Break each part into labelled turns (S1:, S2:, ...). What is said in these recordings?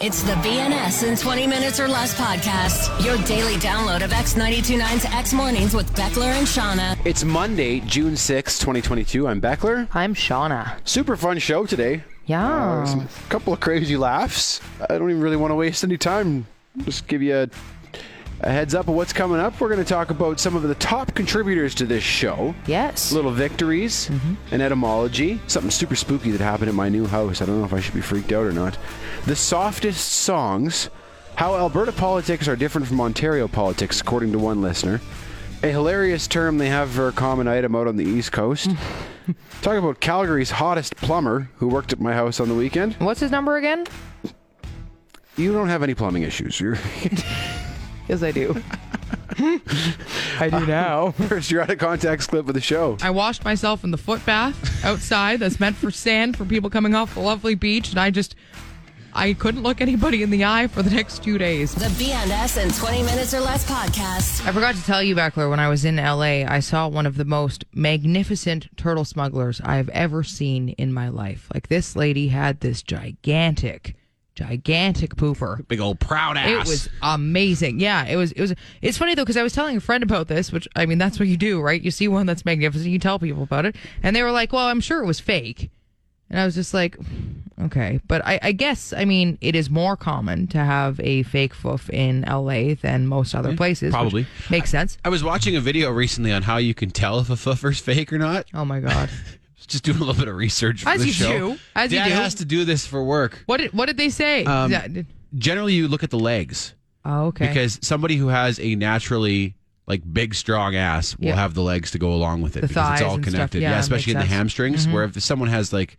S1: It's the BNS in 20 Minutes or Less podcast, your daily download of X929's X Mornings with Beckler and Shauna.
S2: It's Monday, June sixth, 2022. I'm Beckler.
S3: I'm Shauna.
S2: Super fun show today.
S3: Yeah.
S2: Uh, some couple of crazy laughs. I don't even really want to waste any time. Just give you a, a heads up of what's coming up. We're going to talk about some of the top contributors to this show.
S3: yes.
S2: Little victories, an etymology, something super spooky that happened at my new house. I don't know if I should be freaked out or not. The softest songs, how Alberta politics are different from Ontario politics, according to one listener. A hilarious term they have for a common item out on the East Coast. Talk about Calgary's hottest plumber who worked at my house on the weekend.
S3: What's his number again?
S2: You don't have any plumbing issues. You're,
S3: Yes, I do. I do now.
S2: first, you're out of context clip of the show.
S4: I washed myself in the foot bath outside that's meant for sand for people coming off the lovely beach, and I just I couldn't look anybody in the eye for the next two days.
S1: The BNS in 20 Minutes or Less podcast.
S4: I forgot to tell you, Beckler, when I was in LA, I saw one of the most magnificent turtle smugglers I've ever seen in my life. Like this lady had this gigantic, gigantic pooper.
S5: big old proud ass.
S4: It was amazing. Yeah, it was. It was. It's funny though because I was telling a friend about this, which I mean, that's what you do, right? You see one that's magnificent, you tell people about it, and they were like, "Well, I'm sure it was fake," and I was just like, "Okay," but I, I guess I mean it is more common to have a fake foof in L.A. than most other places. which
S5: probably.
S4: makes sense.
S5: I was watching a video recently on how you can tell if a fluffer's fake or not.
S4: Oh my god.
S5: Just doing a little bit of research for
S4: As
S5: the
S4: you
S5: show.
S4: do. As you
S5: Dad
S4: do.
S5: has to do this for work.
S4: What did What did they say?
S5: Um,
S4: Yeah, did-
S5: Generally, you look at the legs
S4: oh, okay.
S5: because somebody who has a naturally like big strong ass will
S4: Yeah.
S5: have the legs to go along with it
S4: The
S5: because it's
S4: thighs
S5: all
S4: and stuff.
S5: connected.
S4: Yeah,
S5: yeah,
S4: that
S5: especially in
S4: makes
S5: the
S4: sense. Mm-hmm.
S5: hamstrings. Where if someone has like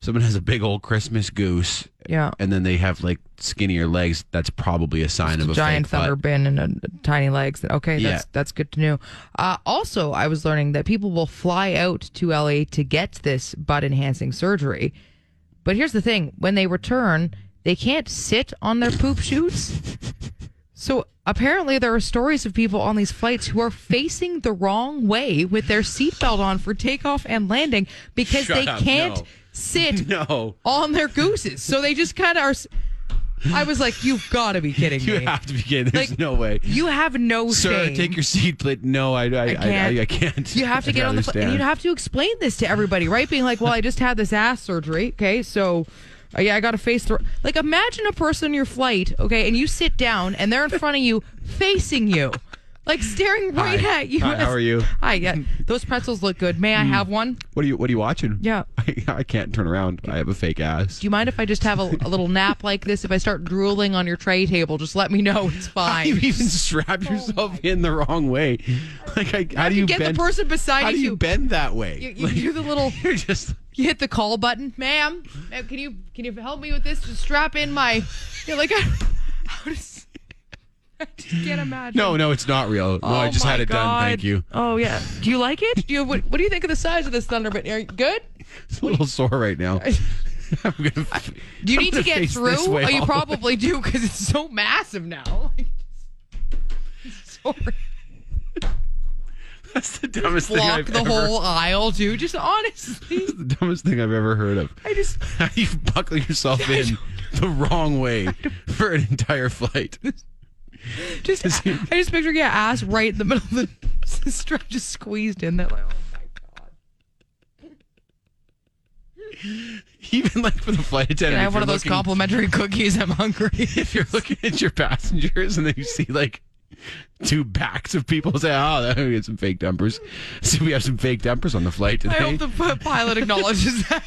S5: someone has a big old Christmas goose
S4: yeah.
S5: and then they have like skinnier legs, that's probably a sign of a
S4: giant
S5: fake butt.
S4: thumper bin and a, tiny legs. Okay, that's
S5: Yeah.
S4: that's good to know. Uh, also, I was learning that people will fly out to LA to get this butt enhancing surgery. But here's the thing: when they return, they can't sit on their poop shoots. So apparently, there are stories of people on these flights who are facing the wrong way with their seatbelt on for takeoff and landing because
S5: Shut
S4: they
S5: up,
S4: can't
S5: no.
S4: sit
S5: No.
S4: on their gooses. So they just kind of are. s- I was like, you've got to be kidding
S5: You
S4: me.
S5: have to be kidding. There's
S4: Like,
S5: no way.
S4: You have no
S5: Sir,
S4: shame.
S5: take your seat, but no, I, I, I,
S4: can't.
S5: I, I can't.
S4: You have to
S5: I
S4: get on the. Fl-
S5: understand.
S4: and you'd have to explain this to everybody, right? Being like, well, I just had this ass surgery. Okay, so. uh, Yeah, I got to face the. Like, imagine a person on your flight, okay, and you sit down and they're in front of you, facing you, like staring right
S5: Hi.
S4: at you.
S5: Hi, how are you? Mm.
S4: Hi, yeah. Those pretzels look good. May I have one?
S5: What are you What are you watching?
S4: Yeah.
S5: I, I can't turn around. I have a fake ass.
S4: Do you mind if I just have a, a little nap like this? If I start drooling on your tray table, just let me know. It's
S5: how do you
S4: fine.
S5: even strap
S4: Oh
S5: yourself in the wrong way? Like, I, how do you
S4: get
S5: bend?
S4: the person beside
S5: how do you
S4: you.
S5: bend that way?
S4: You, you
S5: Like,
S4: do the little.
S5: you're just.
S4: you hit the call button, ma'am. ma'am, Can you can you help me with this? Just strap in my. You're like, how does? I just can't imagine.
S5: No, no, it's not real. No,
S4: Oh
S5: I just
S4: my
S5: had it done. Thank
S4: God.
S5: you.
S4: Oh yeah. Do you like it? Do you what, what do you think of the size of this Thunderbird? Are you good?
S5: It's a little sore right now. I'm gonna,
S4: Do you
S5: I'm
S4: need to
S5: gonna
S4: get
S5: face this
S4: through?
S5: way
S4: Oh, you
S5: all the way.
S4: probably do because it's so massive now. Sorry.
S5: That's the dumbest thing
S4: Block
S5: I've
S4: the
S5: ever.
S4: whole aisle, dude. Just honestly,
S5: the dumbest thing I've ever heard of.
S4: I just
S5: How do you buckle yourself in the wrong way for an entire flight?
S4: just I just picture your ass right in the middle of the strap, just squeezed in there. Like, oh my god.
S5: Even like for the flight attendant.
S4: Can I
S5: if
S4: have one of
S5: you're
S4: those
S5: looking-
S4: complimentary cookies? I'm hungry.
S5: If you're looking at your passengers and then you see like two backs of people say, "Oh, that- we had some fake dumpers." So we have some fake dumpers on the flight
S4: I
S5: today.
S4: hope the p- pilot acknowledges that.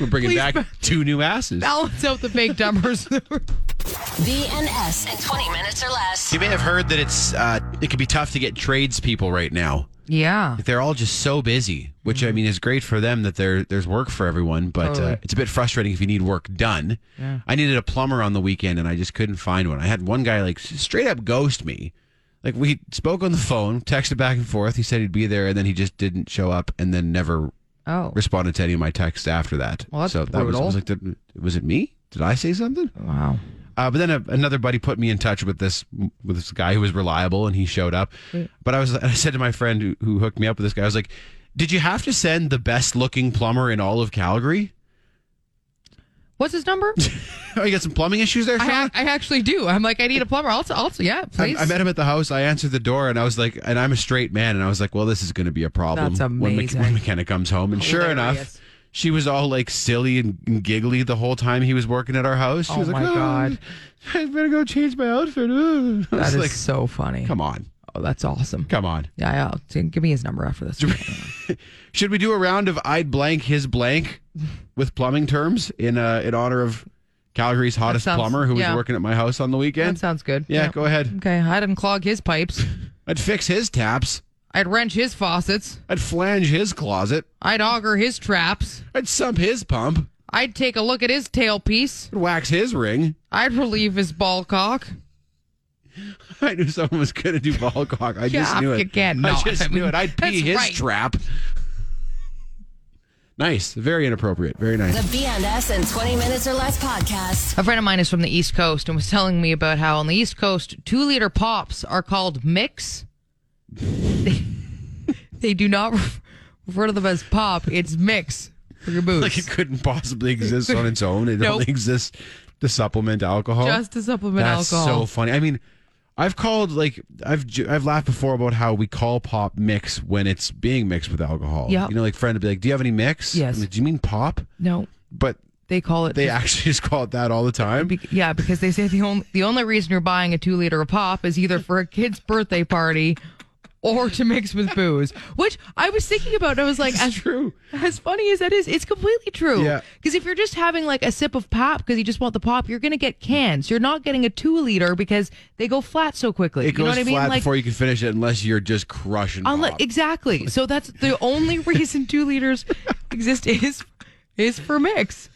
S5: We're bringing
S4: please
S5: back
S4: ba-
S5: two new asses.
S4: Balance out the fake dumbers.
S1: BNS in 20 Minutes or Less.
S5: You may have heard that it's uh, it can be tough to get tradespeople right now.
S4: yeah.
S5: They're all just so busy, which I mean is great for them that there there's work for everyone, but uh,
S4: Mm-hmm. Totally.
S5: it's a bit frustrating if you need work done. I needed a plumber on the weekend and I just couldn't find one. I had one guy like s- straight up ghost me. Like we spoke on the phone, texted back and forth. He said he'd be there and then he just didn't show up and then never
S4: Oh.
S5: responded to any of my texts after that.
S4: Well, that's
S5: so that was, I
S4: brutal.
S5: was like, "Did- was it me? Did I say something?
S4: Wow.
S5: Uh, but then a, another buddy put me in touch with this with this guy who was reliable, and he showed up.
S4: Mm.
S5: But I was I said to my friend who, who hooked me up with this guy, I was like, "Did you have to send the best looking plumber in all of Calgary?"
S4: What's his number?
S5: Oh, you got some plumbing issues there,
S4: I,
S5: Sean?
S4: ha- I actually do. I'm like, I need a plumber. Also, also, yeah,
S5: I,
S4: please.
S5: I met him at the house. I answered the door, and I was like, and I'm a straight man, and I was like, well, this is going to be a problem
S4: That's
S5: when, me-
S4: amazing.
S5: when McKenna comes home. And sure enough,
S4: Hilarious.
S5: she was all like silly and and giggly the whole time he was working at our house. She
S4: Oh
S5: was like,
S4: my God.
S5: I better go change my outfit. Ugh.
S4: That
S5: I was
S4: is
S5: like,
S4: so funny.
S5: come on,
S4: Oh, that's awesome.
S5: come on.
S4: Yeah, I'll, t- give me his number after this.
S5: Should we do a round of I'd blank his blank with plumbing terms in uh, in honor of Calgary's hottest
S4: sounds-
S5: plumber who
S4: yeah.
S5: was working at my house on the weekend?
S4: that sounds good.
S5: yeah, go ahead.
S4: Okay, I'd unclog his pipes.
S5: I'd fix his taps.
S4: I'd wrench his faucets.
S5: I'd flange his closet.
S4: I'd auger his traps.
S5: I'd sump his pump.
S4: I'd take a look at his tailpiece.
S5: I'd wax his ring.
S4: I'd relieve his ball cock.
S5: I knew someone was going to do ball cock. I
S4: Yeah,
S5: just knew it.
S4: you can't
S5: I
S4: not.
S5: just
S4: I
S5: knew
S4: mean,
S5: it. I'd
S4: that's
S5: pee his
S4: right.
S5: trap. Nice. Very inappropriate. Very
S1: The
S5: nice.
S1: BNS in 20 minutes or less podcast.
S4: A friend of mine is from the East Coast and was telling me about how on the East Coast, two liter pops are called mix. They, they do not re- refer to them as pop, it's mix for your booze.
S5: Like it couldn't possibly exist on its own. It
S4: Nope.
S5: only exists to supplement alcohol.
S4: Just to supplement
S5: That's
S4: alcohol.
S5: so funny. I mean, I've called like I've ju- I've laughed before about how we call pop mix when it's being mixed with alcohol.
S4: Yep.
S5: You know, like friend would be like, "Do you have any mix?"
S4: Yes.
S5: I'm like, Do you mean pop?
S4: no,
S5: But
S4: they call it
S5: they actually just call it that all the time.
S4: Be- yeah, because they say the only the only reason you're buying a two liter of pop is either for a kid's birthday party or to mix with booze. Which I was thinking about. And I was like, as
S5: true.
S4: as funny as that is, it's completely true.
S5: Yeah.
S4: Because if you're just having like a sip of pop because you just want the pop, you're gonna get cans. You're not getting a two liter because they go flat so quickly.
S5: It
S4: you know
S5: goes
S4: what I mean?
S5: flat
S4: Like,
S5: before you can finish it, unless you're just crushing.
S4: unless,
S5: pop.
S4: exactly. So that's the only reason two liters exist is is for mix.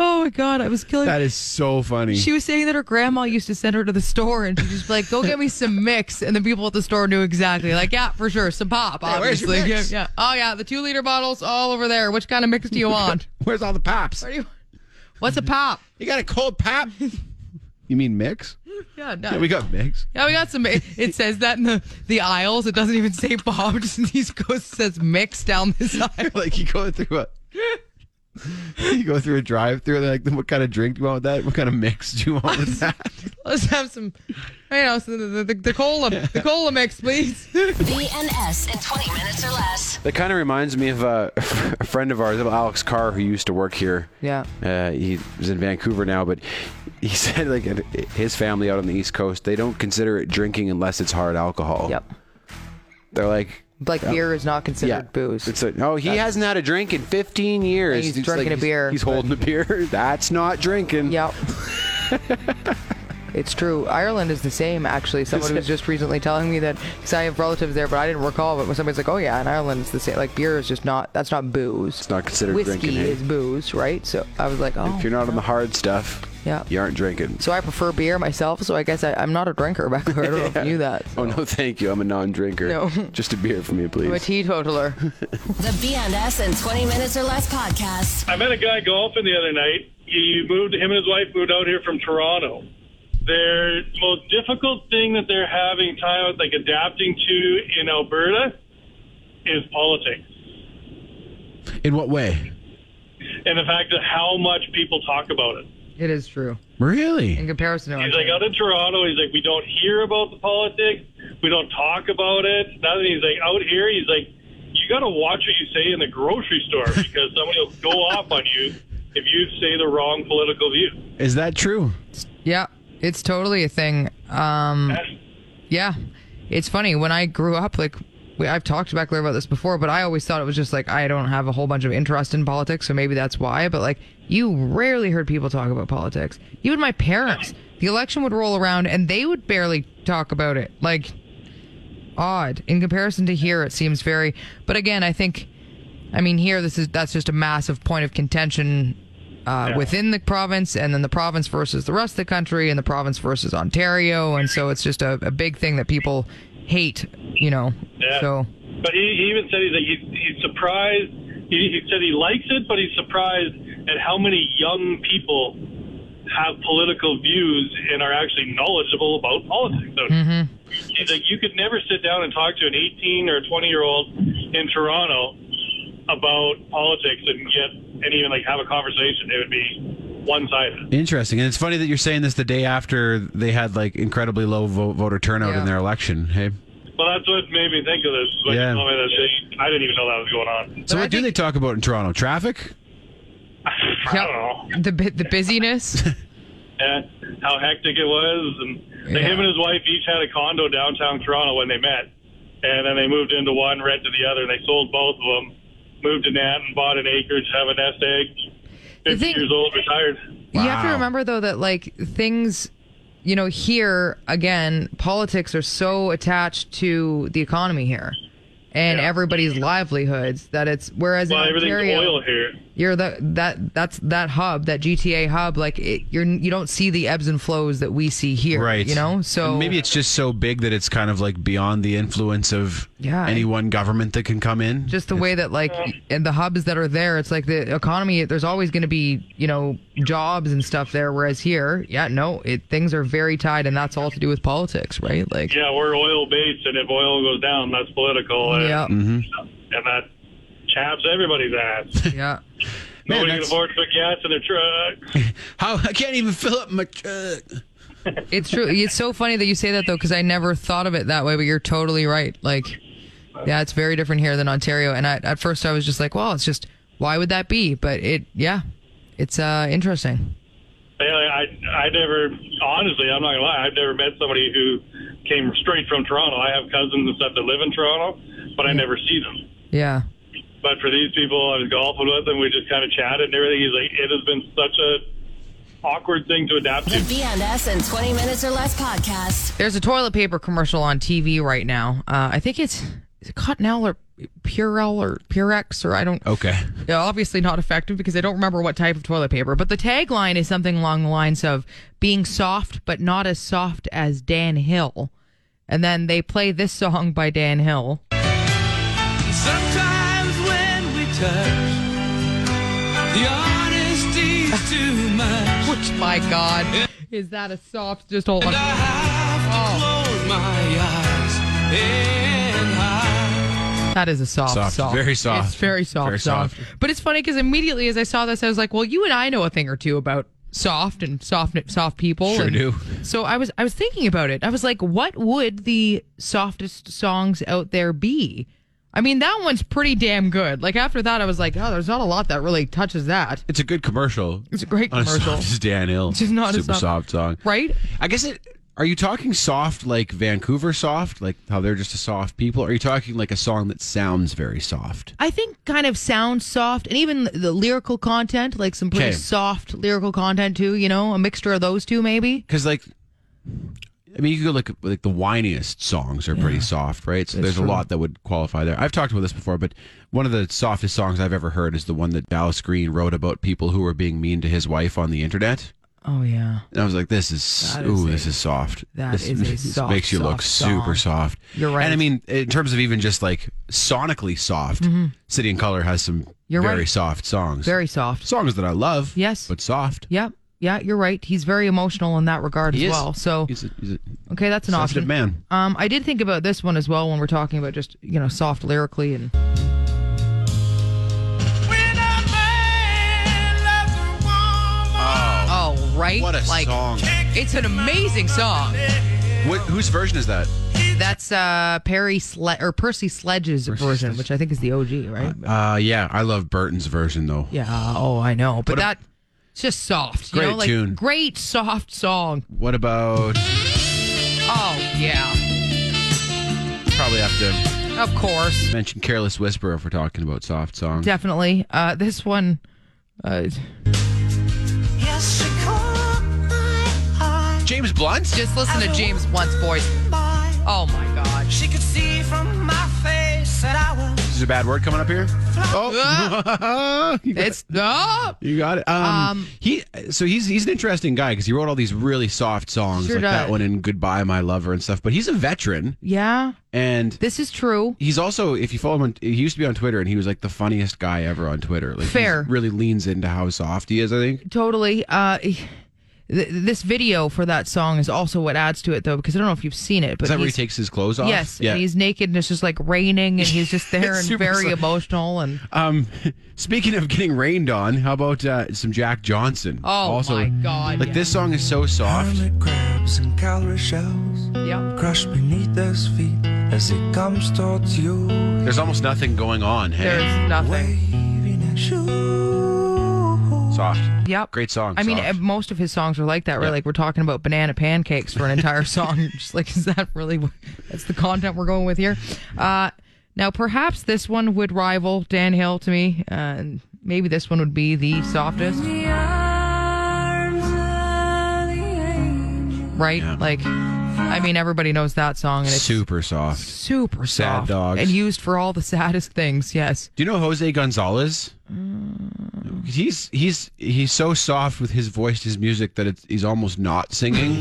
S4: Oh my god, I was killing.
S5: that is so funny.
S4: She was saying that her grandma used to send her to the store and she'd just be like, go get me some mix. And the people at the store knew exactly. Like, yeah, for sure. Some pop,
S5: where's your
S4: obviously.
S5: mix?
S4: Yeah, yeah. Oh, yeah. The two liter bottles all over there. Which kind of mix do you want?
S5: Where's all the pops?
S4: What do you- What's a pop?
S5: You got a cold pop? you mean mix?
S4: Yeah, no.
S5: Yeah, we got mix.
S4: yeah, we got some. It, it says that in the, the aisles. It doesn't even say pop. It Just in these Coast says mix down this aisle.
S5: like you go through a you go through a drive through they're like what kind of drink do you want with that what kind of mix do you want with that
S4: Let's have some, you know, some, the, the, the cola, the cola mix, please.
S1: BNS in 20 minutes or less.
S2: That kind of reminds me of uh, a friend of ours, Alex Carr, who used to work here.
S3: Yeah.
S2: Uh, he was in Vancouver now, but he said like at- his family out on the East Coast, they don't consider it drinking unless it's hard alcohol.
S3: Yep.
S2: They're like,
S3: Like beer is not considered
S2: yeah,
S3: booze.
S2: It's like, oh, he hasn't had a drink in 15 years.
S3: he's
S2: It's
S3: drinking a
S2: he's-
S3: beer,
S2: He's
S3: but-
S2: holding a beer. That's not drinking.
S3: Yep. it's true. Ireland is the same, actually. Someone was just recently telling me that because I have relatives there, but I didn't recall. But when somebody's like, "Oh yeah, in Ireland it's the same," like beer is just not that's not booze.
S2: It's not considered
S3: Whiskey
S2: drinking. hey.
S3: is booze, right? So I was like, "Oh."
S2: If you're not on the hard stuff,
S3: Yeah.
S2: you aren't drinking.
S3: so I prefer beer myself. So I guess I, I'm not a drinker, Beckler. I don't know if you knew that.
S2: Oh no, thank you. I'm a non-drinker.
S3: No.
S2: Just a beer for me,
S3: I'm a
S2: please.
S3: teetotaler.
S1: The BNS in 20 minutes or less podcast.
S6: I met a guy golfing the other night. He moved, him and his wife moved out here from Toronto. Their most difficult thing that they're having time like adapting to in Alberta is politics
S5: in what way
S6: and the fact of how much people talk about it.
S4: It is true. In
S5: really
S4: comparison to
S6: He's like out in Toronto. He's like, we don't hear about the politics. We don't talk about it. Nothing. He's like out here. He's like, you got to watch what you say in the grocery store because somebody will go off on you if you say the wrong political view.
S5: is that true
S4: Yeah, it's totally a thing. Um, yeah, it's funny. When I grew up, like we, I've talked to Beckler about this before, but I always thought it was just like I don't have a whole bunch of interest in politics, so maybe that's why. But like, you rarely heard people talk about politics. Even my parents, the election would roll around and they would barely talk about it. Like, odd in comparison to here. It seems very. But again, I think. I mean, here this is that's just a massive point of contention uh, within the province, and then the province versus the rest of the country, and the province versus Ontario, and so it's just a, a big thing that people hate, you know.
S6: Yeah.
S4: So
S6: But he, he even said he's like he's, he's surprised. He, he said he likes it, but he's surprised at how many young people have political views and are actually knowledgeable about politics. So He's like, you could never sit down and talk to an 18 or 20 year old in Toronto about politics and get and even like have a conversation. It would be one sided.
S5: Interesting. And it's funny that you're saying this the day after they had like incredibly low vo- voter turnout
S4: Yeah.
S5: in their election. Hey.
S6: Well, that's what made me think of this. When
S5: Yeah.
S6: you told me that shit, I didn't even know that was going on.
S4: But
S5: So
S4: I
S5: what do
S4: think-
S5: they talk about in Toronto? Traffic?
S6: I don't know.
S4: The bu- the busyness.
S6: at how hectic it was. And
S4: Yeah.
S6: him and his wife each had a condo downtown Toronto when they met, and then they moved into one, rented the other, and they sold both of them. Moved to Nanton, bought an acreage, have a nest egg.
S4: The
S6: Fifty
S4: thing-
S6: years old, retired.
S4: You have to
S5: Wow.
S4: remember though that like things, you know, here again, politics are so attached to the economy here, and
S6: Yeah.
S4: everybody's livelihoods that it's whereas
S6: Well,
S4: in
S6: everything's
S4: Ontario,
S6: oil here.
S4: you're the that that's that hub that GTA hub like it, you're you don't see the ebbs and flows that we see here
S5: Right.
S4: you know so
S5: And maybe it's just so big that it's kind of like beyond the influence of
S4: Yeah,
S5: any
S4: I-
S5: one government that can come in.
S4: just the way that like and the hubs that are there it's like the economy there's always going to be you know jobs and stuff there whereas here yeah no it things are very tied and that's all to do with politics right like
S6: Yeah, we're oil based, and if oil goes down, that's political. And,
S4: yeah
S5: Mm-hmm.
S6: and that chaps everybody's ass.
S4: yeah.
S5: Man,
S6: Nobody can
S5: that's-
S6: afford to put gas in their truck.
S5: How I can't even fill up my truck.
S4: it's true it's so funny that you say that though because i never thought of it that way but you're totally right like yeah it's very different here than ontario and I, at first i was just like well it's just why would that be but it yeah it's uh interesting
S6: Bailey, I I never honestly, I'm not gonna lie, I've never met somebody who came straight from Toronto. I have cousins and stuff that live in Toronto, but I never see them.
S4: yeah
S6: But for these people, I was golfing with them. We just kind of chatted and everything. He's like, it has been such a awkward thing to adapt
S1: The
S6: to.
S1: BNS and 20 Minutes or Less podcast.
S4: There's a toilet paper commercial on TV right now. Uh, I think it's is it Cottonelle or Purell or Purex or I don't.
S5: Okay.
S4: Yeah, obviously not effective because I don't remember what type of toilet paper. But the tagline is something along the lines of being soft, but not as soft as Dan Hill. And then they play this song by Dan Hill.
S7: Sometimes when we touch, the honesty's too much.
S4: Which, my God, is that a soft? Just Oh. hold on.
S7: I have to close my eyes and hide.
S4: That is a soft,
S5: Soft.
S4: soft.
S5: Very soft.
S4: It's very soft,
S5: Very
S4: soft.
S5: soft.
S4: But it's funny because immediately as I saw this, I was like, "Well, you and I know a thing or two about soft and soft, soft people."
S5: Sure
S4: and-
S5: do.
S4: So I was, I was thinking about it. I was like, "What would the softest songs out there be?" I mean, that one's pretty damn good. Like after that, I was like, "Oh, there's not a lot that really touches that."
S5: It's a good commercial.
S4: It's a great
S5: On
S4: commercial.
S5: soft as Dan Hill.
S4: It's not a
S5: Super
S4: soft-
S5: soft song.
S4: Right?
S5: I guess it. Are you talking soft like Vancouver soft, like how they're just a soft people? Or are you talking like a song that sounds very soft?
S4: I think kind of sounds soft and even the lyrical content, like some pretty
S5: Okay.
S4: soft lyrical content too, you know, a mixture of those two maybe.
S5: Because like, I mean, you could go like like the whiniest songs are pretty soft, right? So there's a lot that would qualify there. I've talked about this before, but one of the softest songs I've ever heard is the one that Dallas Green wrote about people who were being mean to his wife on the internet.
S4: Oh yeah.
S5: And I was like, this is,
S4: That is
S5: ooh,
S4: a-
S5: this is soft.
S4: that
S5: this,
S4: is a
S5: this
S4: soft,
S5: makes you look
S4: soft
S5: super
S4: song.
S5: soft.
S4: You're right.
S5: And I mean, in terms of even just like sonically soft, City and Color has some
S4: Mm-hmm. You're
S5: very
S4: right.
S5: soft songs.
S4: Very soft.
S5: songs that I love.
S4: Yes.
S5: But soft.
S4: Yep. Yeah, you're right. He's very emotional in that regard as well. So
S5: he's a, he's a
S4: okay, that's an
S5: sensitive
S4: option.
S5: man.
S4: Um, I did think about this one as well when we're talking about just you know soft lyrically and
S7: When a man loves a woman,
S4: oh right,
S5: What a
S4: like
S5: song.
S4: it's an amazing song.
S5: What, whose version is that?
S4: That's uh Perry Sle- or Percy Sledge's version, which I think is the OG, right?
S5: Uh, yeah, I love Burton's version though.
S4: yeah. Oh, I know, but
S5: What a-
S4: that it's just soft. you
S5: Great
S4: know? like,
S5: tune.
S4: Great soft song.
S5: What about?
S4: Oh yeah,
S5: Probably have to
S4: of course.
S5: mention "Careless Whisper" if we're talking about soft songs.
S4: Definitely. Uh, this one. Uh,
S7: yes, she caught my eye,
S5: James Blunt.
S4: just listen to James Blunt's voice.
S7: my.
S4: Oh my God.
S7: She could see from my face that I was.
S5: Is a bad word coming up here? Oh, you got
S4: It's oh,
S5: You got it. Um, he so he's he's an interesting guy because he wrote all these really soft songs
S4: Sure
S5: like that
S4: does.
S5: one in "Goodbye My Lover" and stuff. But he's a veteran,
S4: yeah.
S5: and
S4: This is true.
S5: he's also if you follow him, on, he used to be on Twitter, and he was like the funniest guy ever on Twitter. Like, he's
S4: Fair.
S5: really leans into how soft he is. I think
S4: Totally. Uh, Th- this video for that song is also what adds to it, though, because I don't know if you've seen it, but
S5: Is that where he
S4: he's-
S5: takes his clothes off?
S4: Yes, and he's naked and it's just like raining, and he's just there
S5: It's
S4: and
S5: super
S4: very
S5: slow.
S4: emotional. And
S5: Um, speaking of getting rained on, how about uh, some Jack Johnson?
S4: Oh, my God,
S5: Like
S4: yeah.
S5: this song is so soft.
S8: Hermit crabs and calorie shells
S4: yeah,
S8: crushed beneath his feet as he comes towards you.
S5: There's almost nothing going on. Hey,
S4: there's nothing.
S8: Waving his shoes.
S5: soft.
S4: Yep,
S5: Great song.
S4: I mean,
S5: soft.
S4: uh, most of his songs are like that, right?
S5: Yeah.
S4: Like we're talking about banana pancakes for an entire song. You're just like, is that really what, that's the content we're going with here? Uh, now, perhaps this one would rival Dan Hill to me, uh, and maybe this one would be the softest, right? Like, I mean, everybody knows that song, and it's
S5: super soft.
S4: super
S5: Sad
S4: soft
S5: dogs.
S4: and used for all the saddest things. Yes,
S5: Do you know Jose Gonzalez? He's he's he's so soft with his voice, his music that it's, he's almost not singing.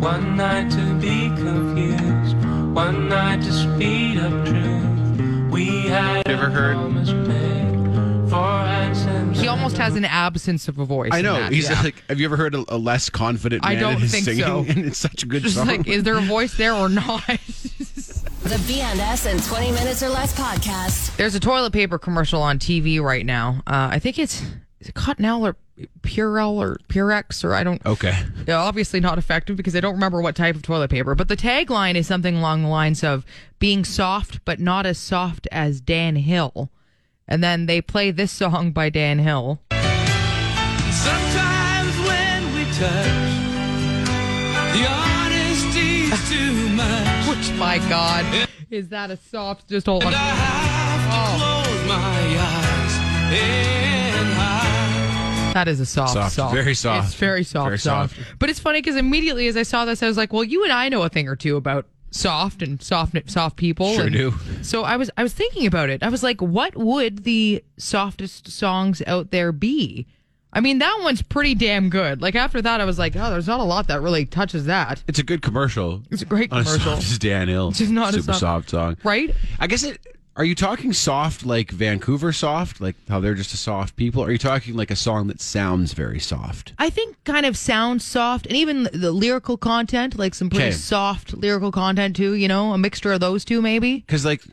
S7: One night to be confused, one night to speed up truth. We had
S5: You ever
S7: a
S5: heard?
S7: promise made, for hands and
S4: he almost has an absence of a voice.
S5: I
S4: in
S5: know.
S4: that,
S5: He's
S4: yeah.
S5: like, have you ever heard a, a less confident man
S4: I
S5: in
S4: don't
S5: his
S4: think
S5: singing?
S4: so.
S5: And it's such a good
S4: just
S5: song.
S4: like, is there a voice there or not?
S1: The BNS and 20 Minutes or Less podcast.
S4: There's a toilet paper commercial on TV right now. Uh, I think it's is it Cottonelle or Purell or Purex or I don't.
S5: okay.
S4: They're obviously not effective because I don't remember what type of toilet paper. But the tagline is something along the lines of being soft, but not as soft as Dan Hill. And then they play this song by Dan Hill.
S7: Sometimes when we touch, the honesty's too much.
S4: Which, my God, is that a soft? Just hold
S7: And
S4: on.
S7: I have to
S4: Oh.
S7: close my eyes and hide.
S4: That is a soft,
S5: Soft.
S4: soft,
S5: Very soft.
S4: It's very soft,
S5: Very
S4: soft.
S5: soft.
S4: But it's funny because immediately as I saw this, I was like, "Well, you and I know a thing or two about soft and soft, soft people."
S5: Sure
S4: and
S5: do.
S4: So I was, I was thinking about it. I was like, "What would the softest songs out there be?" I mean, that one's pretty damn good. Like after that, I was like, "Oh, there's not a lot that really touches that."
S5: It's a good commercial.
S4: It's a great
S5: On
S4: commercial.
S5: soft as Dan Hill.
S4: It's not a
S5: super soft. song.
S4: right?
S5: I guess it. Are you talking soft like Vancouver soft, like how they're just a soft people? Or are you talking like a song that sounds very soft?
S4: I think kind of sounds soft and even the, the lyrical content, like some pretty
S5: Okay.
S4: soft lyrical content too, you know, a mixture of those two maybe.
S5: Because like,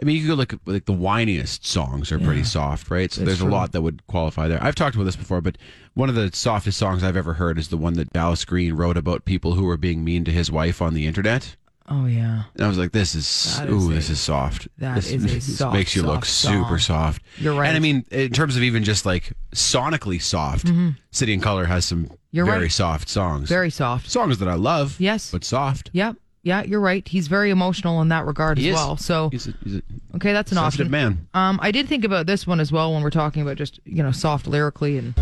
S5: I mean, you could go like like the whiniest songs are pretty soft, right? So there's a lot that would qualify there. I've talked about this before, but one of the softest songs I've ever heard is the one that Dallas Green wrote about people who were being mean to his wife on the internet.
S4: Oh yeah.
S5: And I was like, this is,
S4: That is
S5: ooh,
S4: a-
S5: this is soft.
S4: that
S5: this,
S4: is a
S5: this
S4: soft,
S5: makes you look
S4: soft song.
S5: super soft.
S4: You're right.
S5: And I mean, in terms of even just like sonically soft, City and Color has some
S4: Mm-hmm. You're
S5: very
S4: right.
S5: soft songs.
S4: Very soft.
S5: songs that I love.
S4: Yes.
S5: But soft.
S4: Yep. Yeah, you're right. He's very emotional in that regard
S5: He
S4: as
S5: is.
S4: well. So
S5: He's a, he's a
S4: okay, that's an
S5: sensitive
S4: option.
S5: man.
S4: Um, I did think about this one as well when we're talking about just you know soft lyrically and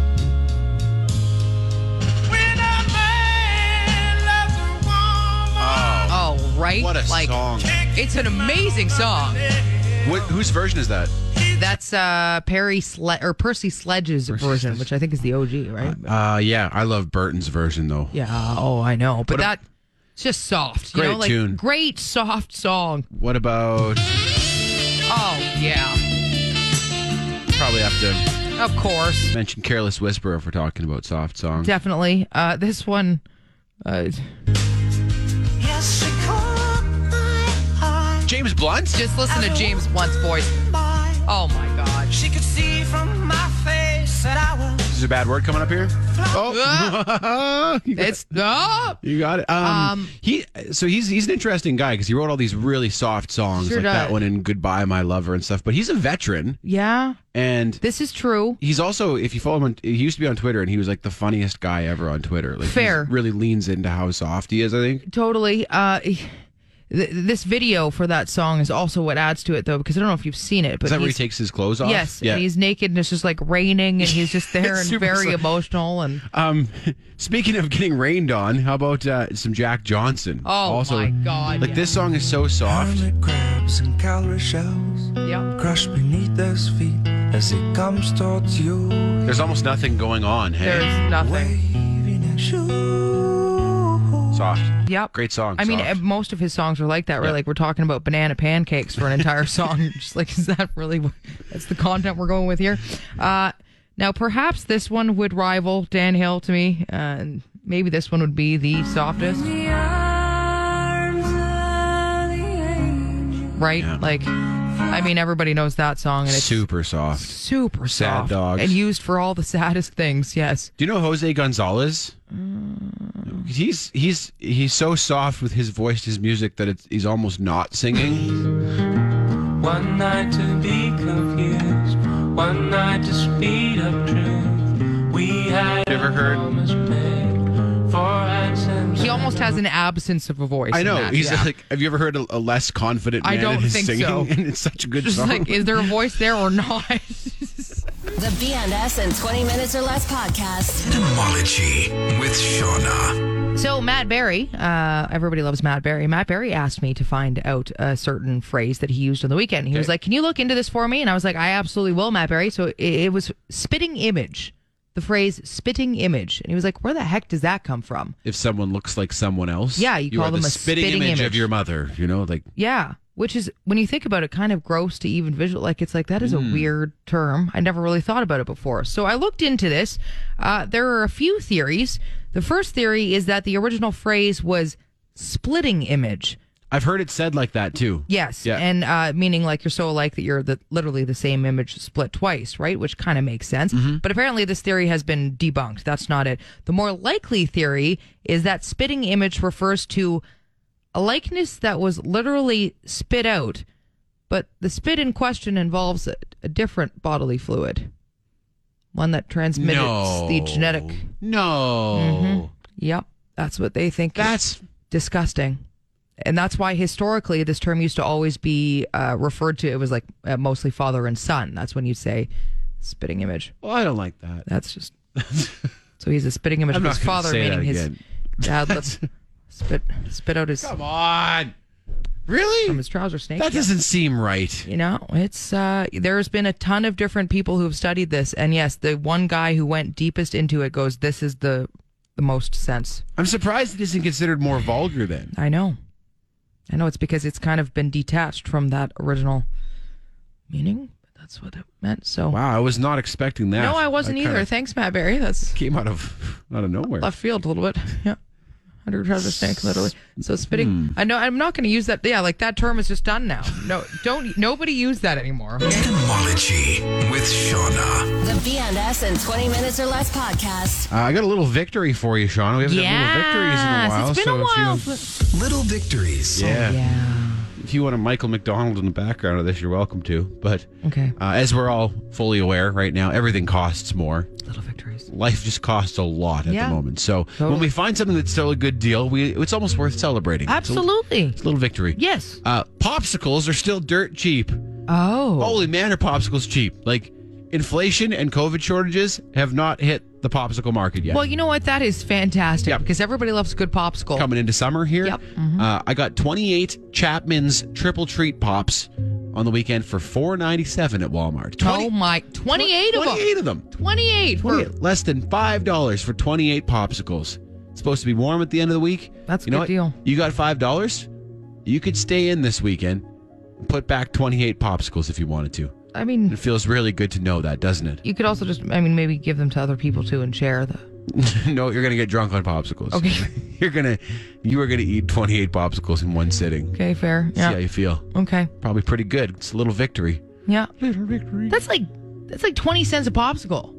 S7: When a man loves a woman,
S4: oh right,
S5: What a
S4: like
S5: song.
S4: it's an amazing song.
S5: What, whose version is that?
S4: That's uh Perry Sle- or Percy Sledge's version, which I think is the OG, right?
S5: Uh, yeah, I love Burton's version though.
S4: yeah. Oh, I know, but
S5: What a-
S4: that it's just soft. you
S5: Great
S4: know? like,
S5: tune.
S4: Great soft song.
S5: What about?
S4: Oh yeah,
S5: Probably have to
S4: of course.
S5: mention "Careless Whisper" if we're talking about soft songs.
S4: Definitely. Uh, this one. Uh,
S8: Yes, she caught my eye.
S5: James Blunt.
S4: just listen to James Blunt's voice.
S8: My-
S4: Oh my God.
S8: She could see from my face that I was.
S5: Is a bad word coming up here? Oh, you, got,
S4: It's oh,
S5: you got it. Um,
S4: Um,
S5: he so he's he's an interesting guy because he wrote all these really soft songs
S4: Sure
S5: like that
S4: does.
S5: one and "Goodbye My Lover" and stuff. But he's a veteran,
S4: yeah.
S5: and
S4: This is true.
S5: he's also if you follow him, on, he used to be on Twitter, and he was like the funniest guy ever on Twitter. Like, he's-
S4: Fair.
S5: really leans into how soft he is. I think.
S4: Totally. Uh, th- this video for that song is also what adds to it though, because I don't know if you've seen it, but
S5: Is that where he
S4: he's-
S5: takes his clothes off?
S4: Yes, and he's naked and it's just like raining, and he's just there and
S5: Super
S4: very
S5: slow.
S4: emotional. And
S5: Um, speaking of getting rained on, how about uh, some Jack Johnson?
S4: oh my god,
S5: Like this song is so soft.
S8: Hermit crabs and calorie shells
S4: yeah.
S8: crushed beneath his feet as he comes towards you.
S5: There's almost nothing going on. Hey,
S4: There's nothing.
S8: Waving his shoes.
S5: soft.
S4: Yep.
S5: Great song.
S4: I mean,
S5: soft.
S4: uh, most of his songs are like that, right?
S5: Yeah.
S4: Like we're talking about banana pancakes for an entire song. You're just like, is that really what, that's the content we're going with here? Uh, Now, perhaps this one would rival Dan Hill to me, uh, and maybe this one would be the softest, right? Like, I mean, everybody knows that song, and it's
S5: Super soft.
S4: super
S5: Sad
S4: soft
S5: dogs.
S4: and used for all the saddest things. Yes,
S5: Do you know Jose Gonzalez? He's he's he's so soft with his voice, his music that it's, he's almost not singing.
S7: One night to be confused, one night to speed up truth. We had
S5: You ever
S7: a
S5: heard-
S7: promise made, four hands and
S4: he almost has an absence of a voice.
S5: I
S4: in
S5: know.
S4: that,
S5: He's
S4: yeah.
S5: like, have you ever heard a, a less confident man
S4: I
S5: in
S4: don't
S5: his
S4: think
S5: singing?
S4: so.
S5: And it's such a good
S4: just
S5: song.
S4: like, is there a voice there or not?
S1: The BNS in 20 Minutes or Less podcast.
S9: Etymology with Shauna.
S4: So Matt Berry, uh, everybody loves Matt Berry. Matt Berry asked me to find out a certain phrase that he used on the weekend. He was like, "Can you look into this for me?" And I was like, "I absolutely will, Matt Berry." So it, it was spitting image, the phrase "spitting image," and he was like, "Where the heck does that come from?"
S5: if someone looks like someone else,
S4: Yeah, you
S5: are
S4: call them
S5: the
S4: a
S5: spitting,
S4: spitting
S5: image, of
S4: image.
S5: your mother. You know, like
S4: Yeah, which is when you think about it, kind of gross to even visual. Like it's like that is a weird term. I never really thought about it before. So I looked into this. Uh, there are a few theories. The first theory is that the original phrase was splitting image.
S5: I've heard it said like that too.
S4: Yes,
S5: Yeah.
S4: and uh, meaning like you're so alike that you're the, literally the same image split twice, right? Which kind of makes sense.
S5: Mm-hmm.
S4: But apparently, this theory has been debunked. That's not it. The more likely theory is that spitting image refers to a likeness that was literally spit out, but the spit in question involves a, a different bodily fluid, one that transmits
S5: no,
S4: the genetic. Mm-hmm.
S5: No,
S4: Yep, that's what they think. is
S5: that's
S4: disgusting. And that's why historically this term used to always be uh, referred to. It was like uh, mostly father and son. That's when you say spitting image.
S5: well, I don't like that.
S4: That's just so he's a spitting image
S5: I'm
S4: of
S5: not
S4: his
S5: gonna
S4: father,
S5: say that
S4: meaning his
S5: again.
S4: dad left, spit spit out his
S5: Come on,
S4: from
S5: really?
S4: his trouser snake.
S5: That
S4: Yeah.
S5: doesn't seem right.
S4: You know, it's uh, there's been a ton of different people who've studied this, and yes, the one guy who went deepest into it goes, "This is the the most sense."
S5: I'm surprised it isn't considered more vulgar then.
S4: I know. I know it's because it's kind of been detached from that original meaning. But that's what it meant. So
S5: Wow, I was not expecting that.
S4: no, I wasn't
S5: kinda
S4: either. Thanks, Matt Berry. That's
S5: Came out of out of nowhere.
S4: left field a little bit. Yeah. Under Travis Snake, literally. So spitting.
S5: Hmm.
S4: I know. I'm not going to use that. Yeah, like that term is just done now. No, don't. Nobody use that anymore.
S9: Etymology with Shauna.
S1: The BNS in 20 Minutes or Less podcast.
S5: Uh, I got a little victory for you, Sean. We haven't had little victories in a
S4: Yes,
S5: while.
S4: it's been a
S5: so if you-
S4: while.
S9: Little victories.
S5: yeah.
S4: Yeah.
S5: If you want a Michael McDonald in the background of this, you're welcome to. But
S4: Okay.
S5: uh, as we're all fully aware right now, everything costs more.
S4: Little victories.
S5: Life just costs a lot at
S4: Yeah.
S5: the moment. So when we find something that's still a good deal, we it's almost worth celebrating. It's a-
S4: Absolutely.
S5: It's a little victory.
S4: Yes.
S5: Uh, popsicles are still dirt cheap.
S4: Oh.
S5: Holy man, are popsicles cheap? Like inflation and COVID shortages have not hit the popsicle market yet.
S4: Well, you know what? That is fantastic
S5: Yep.
S4: because everybody loves a good popsicle.
S5: coming into summer here.
S4: Yep. Mm-hmm.
S5: Uh, I got 28 Chapman's triple treat pops on the weekend for 4.97 at Walmart.
S4: oh my! Twenty-eight of them.
S5: 28 of them.
S4: 28.
S5: 28, less than five dollars for 28 popsicles. It's supposed to be warm at the end of the week.
S4: That's a
S5: you know
S4: good
S5: what?
S4: deal.
S5: You got five dollars. You could stay in this weekend. and Put back 28 popsicles if you wanted to.
S4: I
S5: It
S4: mean,
S5: feels really good to know that, doesn't it?
S4: you could also just, I mean, maybe give them to other people too and share the.
S5: no, you're gonna get drunk on popsicles.
S4: Okay.
S5: you're gonna, you are gonna eat 28 popsicles in one sitting.
S4: Okay, fair.
S5: See how
S4: Yeah.
S5: you feel.
S4: Okay.
S5: Probably pretty good. It's a little victory.
S4: Yeah.
S5: Little victory.
S4: That's like, that's like 20 cents a popsicle.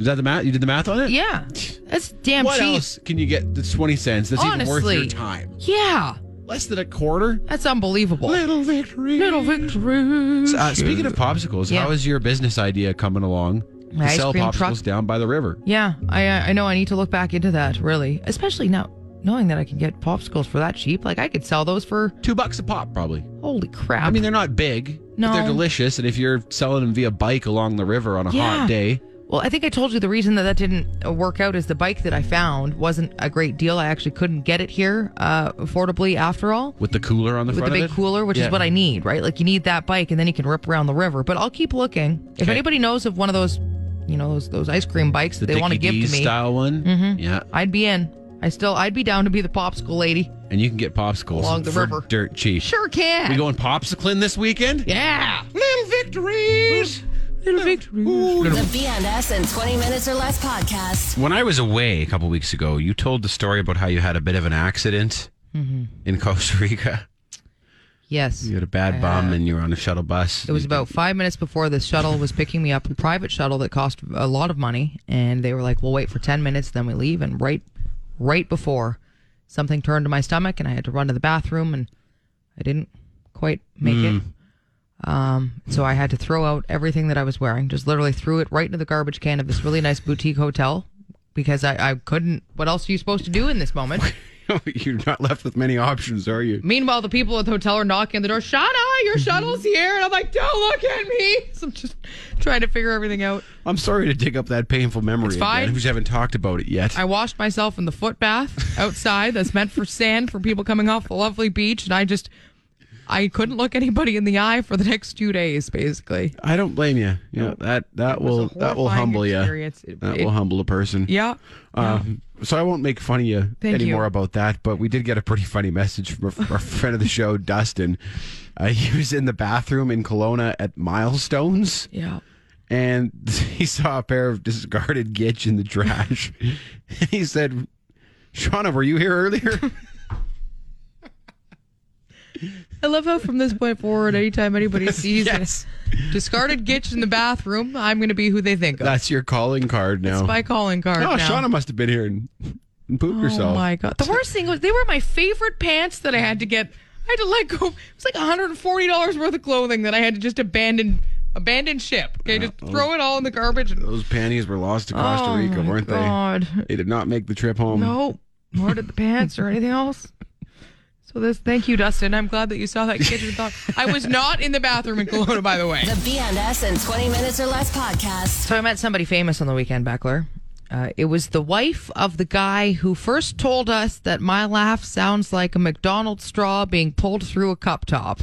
S5: Is that the math? You did the math on it?
S4: Yeah. That's damn
S5: What
S4: cheap.
S5: else can you get that's 20 cents that's even worth your
S4: Honestly.
S5: time?
S4: Yeah.
S5: Less than a quarter?
S4: That's unbelievable.
S5: Little victory.
S4: Little victory.
S5: Uh, speaking of popsicles,
S4: Yeah.
S5: how is your business idea coming along?
S4: My
S5: to
S4: ice
S5: sell
S4: cream
S5: popsicles
S4: truck.
S5: down by the river.
S4: Yeah. I, uh, I know I need to look back into that, really. Especially now knowing that I can get popsicles for that cheap. Like, I could sell those for,
S5: Two bucks a pop, probably.
S4: holy crap.
S5: I mean, they're not big, but
S4: No.
S5: they're delicious. And if you're selling them via bike along the river on a
S4: Yeah.
S5: hot day,
S4: Well, I think I told you the reason that that didn't uh, work out is the bike that I found wasn't a great deal. I actually couldn't get it here uh, affordably after all.
S5: with the cooler on the
S4: With the
S5: front
S4: big
S5: of it.
S4: cooler, which
S5: Yeah.
S4: is what I need, right? Like you need that bike, and then you can rip around the river. But I'll keep looking. If
S5: Okay.
S4: anybody knows of one of those, you know, those, those ice cream bikes that
S5: The
S4: they want to
S5: Dicky
S4: give to
S5: D's
S4: me,
S5: style one. Mm-hmm. Yeah.
S4: I'd be in. I still, I'd be down to be the popsicle lady.
S5: And you can get popsicles
S4: Along the
S5: for
S4: river.
S5: dirt cheap.
S4: Sure can.
S5: We going popsicling this weekend?
S4: Yeah.
S5: Little victories.
S4: Little victories.
S1: The BNS in 20 Minutes or Less podcast.
S5: When I was away a couple weeks ago, you told the story about how you had a bit of an accident
S4: Mm-hmm.
S5: in Costa Rica.
S4: Yes.
S5: You had a bad bum and you were on a shuttle bus.
S4: It was about five minutes before the shuttle was picking me up, a private shuttle that cost a lot of money, and they were like, "We'll wait for ten minutes, then we leave." And right, right before, something turned to my stomach, and I had to run to the bathroom, and I didn't quite make it. Um, so I had to throw out everything that I was wearing, just literally threw it right into the garbage can of this really nice boutique hotel because I, I couldn't. What else are you supposed to do in this moment?
S5: You're not left with many options, are you?
S4: Meanwhile, the people at the hotel are knocking on the door. Shauna, your shuttle's here, and I'm like, don't look at me. So I'm just trying to figure everything out.
S5: I'm sorry to dig up that painful memory.
S4: It's fine.
S5: again. We just haven't talked about it yet.
S4: I washed myself in the foot bath outside. That's meant for sand for people coming off a lovely beach, and I just, I couldn't look anybody in the eye for the next two days, basically.
S5: I don't blame you. Yeah, that that will
S4: a
S5: that will
S4: horrifying
S5: humble you.
S4: experience. It-
S5: that
S4: it-
S5: will humble a person.
S4: Yeah.
S5: Um, so I won't make fun of you
S4: Thank
S5: anymore
S4: you.
S5: about that. But we did get a pretty funny message from a, our friend of the show, Dustin. Uh, he was in the bathroom in Kelowna at Milestones,
S4: Yeah.
S5: and he saw a pair of discarded gitch in the trash. he said, "Shauna, were you here earlier?"
S4: I love how from this point forward, anytime anybody sees a discarded gitch in the bathroom, I'm going to be who they think of.
S5: That's your calling card now.
S4: It's my calling card.
S5: oh,
S4: now.
S5: Shauna must have been here and, and pooped herself.
S4: Oh my god! The worst thing was they were my favorite pants that I had to get. I had to let go. It was like 140 dollars worth of clothing that I had to just abandon, abandon ship. Okay, just throw it all in the garbage. And,
S5: Those panties were lost to Costa
S4: oh
S5: Rica,
S4: my
S5: weren't
S4: god.
S5: they? They did not make the trip home.
S4: No, nor did the pants or anything else. So this, thank you, Dustin. I'm glad that you saw that kitchen thought. I was not in the bathroom in Kelowna, by the way.
S1: The BNS in 20 Minutes or Less podcast.
S4: So I met somebody famous on the weekend, Beckler. Uh, it was the wife of the guy who first told us that my laugh sounds like a McDonald's straw being pulled through a cup top.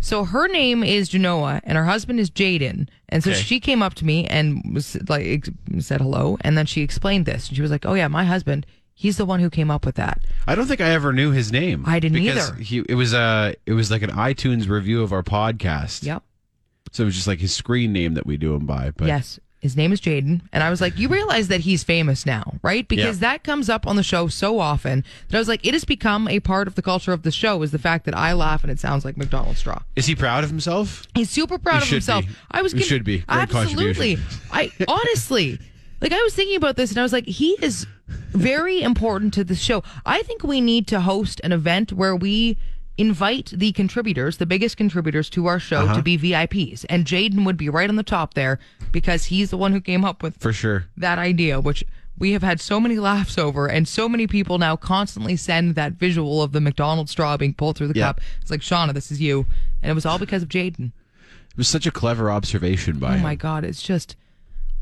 S4: So her name is Genoa and her husband is Jaden. And so
S5: Okay.
S4: she came up to me and was like ex- said hello and then she explained this. And she was like, "Oh yeah, my husband, he's the one who came up with that."
S5: I don't think I ever knew his name.
S4: I didn't
S5: because
S4: either.
S5: He, it was a it was like an iTunes review of our podcast.
S4: Yep.
S5: So it was just like his screen name that we do him by. But
S4: Yes. His name is Jaden. And I was like, you realize that he's famous now, right? Because
S5: Yeah.
S4: that comes up on the show so often that I was like, it has become a part of the culture of the show is the fact that I laugh and it sounds like McDonald's straw.
S5: is he proud of himself?
S4: He's super proud
S5: He
S4: of
S5: should
S4: himself.
S5: be.
S4: I was
S5: He should be. Great
S4: absolutely. I honestly, like I was thinking about this, and I was like, he is very important to the show. I think we need to host an event where we invite the contributors, the biggest contributors to our show,
S5: Uh-huh.
S4: to be VIPs, and Jaden would be right on the top there because he's the one who came up with
S5: For sure.
S4: that idea, which. We have had so many laughs over, and so many people now constantly send that visual of the McDonald's straw being pulled through the
S5: Yeah.
S4: cup. It's like, Shauna, this is you. And it was all because of Jaden.
S5: It was such a clever observation by
S4: Oh
S5: him.
S4: my God. It's just,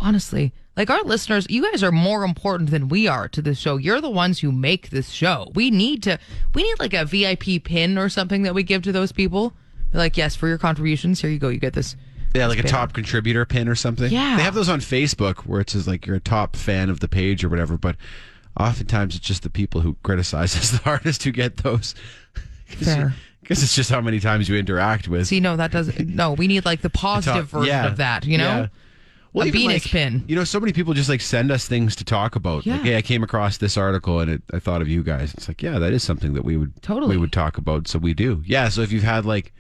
S4: honestly, like our listeners, you guys are more important than we are to this show. You're the ones who make this show. We need to, we need like a VIP pin or something that we give to those people. Be like, yes, for your contributions, here you go. You get this.
S5: yeah, like a top contributor pin or something.
S4: Yeah.
S5: They have those on Facebook where it says like you're a top fan of the page or whatever, but oftentimes it's just the people who criticize us the hardest who get those.
S4: Fair.
S5: Because it's just how many times you interact with.
S4: See, no, that doesn't, no, we need like the
S5: Talk-
S4: positive version
S5: yeah,
S4: of that, you know?
S5: yeah. Well,
S4: A
S5: even,
S4: Venus pin.
S5: You know, so many people just like send us things to talk about. Like,
S4: Yeah.
S5: hey, I came across this article and it, I thought of you guys. It's like, yeah, that is something that we would
S4: Totally.
S5: we would talk about. So we do. Yeah. So if you've had like,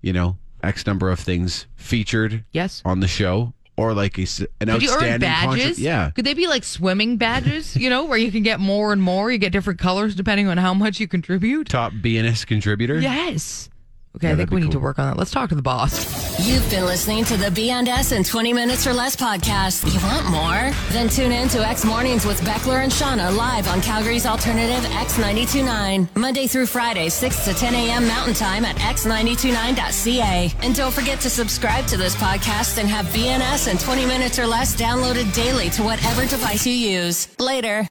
S5: you know, X number of things featured,
S4: Yes.
S5: on the show or like a, s- an
S4: Could you earn
S5: outstanding
S4: badges?
S5: concert, yeah.
S4: Could they be like swimming badges, you know, where you can get more and more? You get different colors depending on how much you contribute?
S5: Top BNS contributor.
S4: Yes. Okay, I think
S5: that'd be
S4: we need to
S5: cool.
S4: work on that. Let's talk to the boss.
S1: You've been listening to the BNS in 20 Minutes or Less podcast. You want more? Then tune in to X Mornings with Beckler and Shauna live on Calgary's alternative X929. Monday through Friday, 6 to 10 a.m. Mountain Time at x929.ca. And don't forget to subscribe to this podcast and have BNS in 20 Minutes or Less downloaded daily to whatever device you use. Later.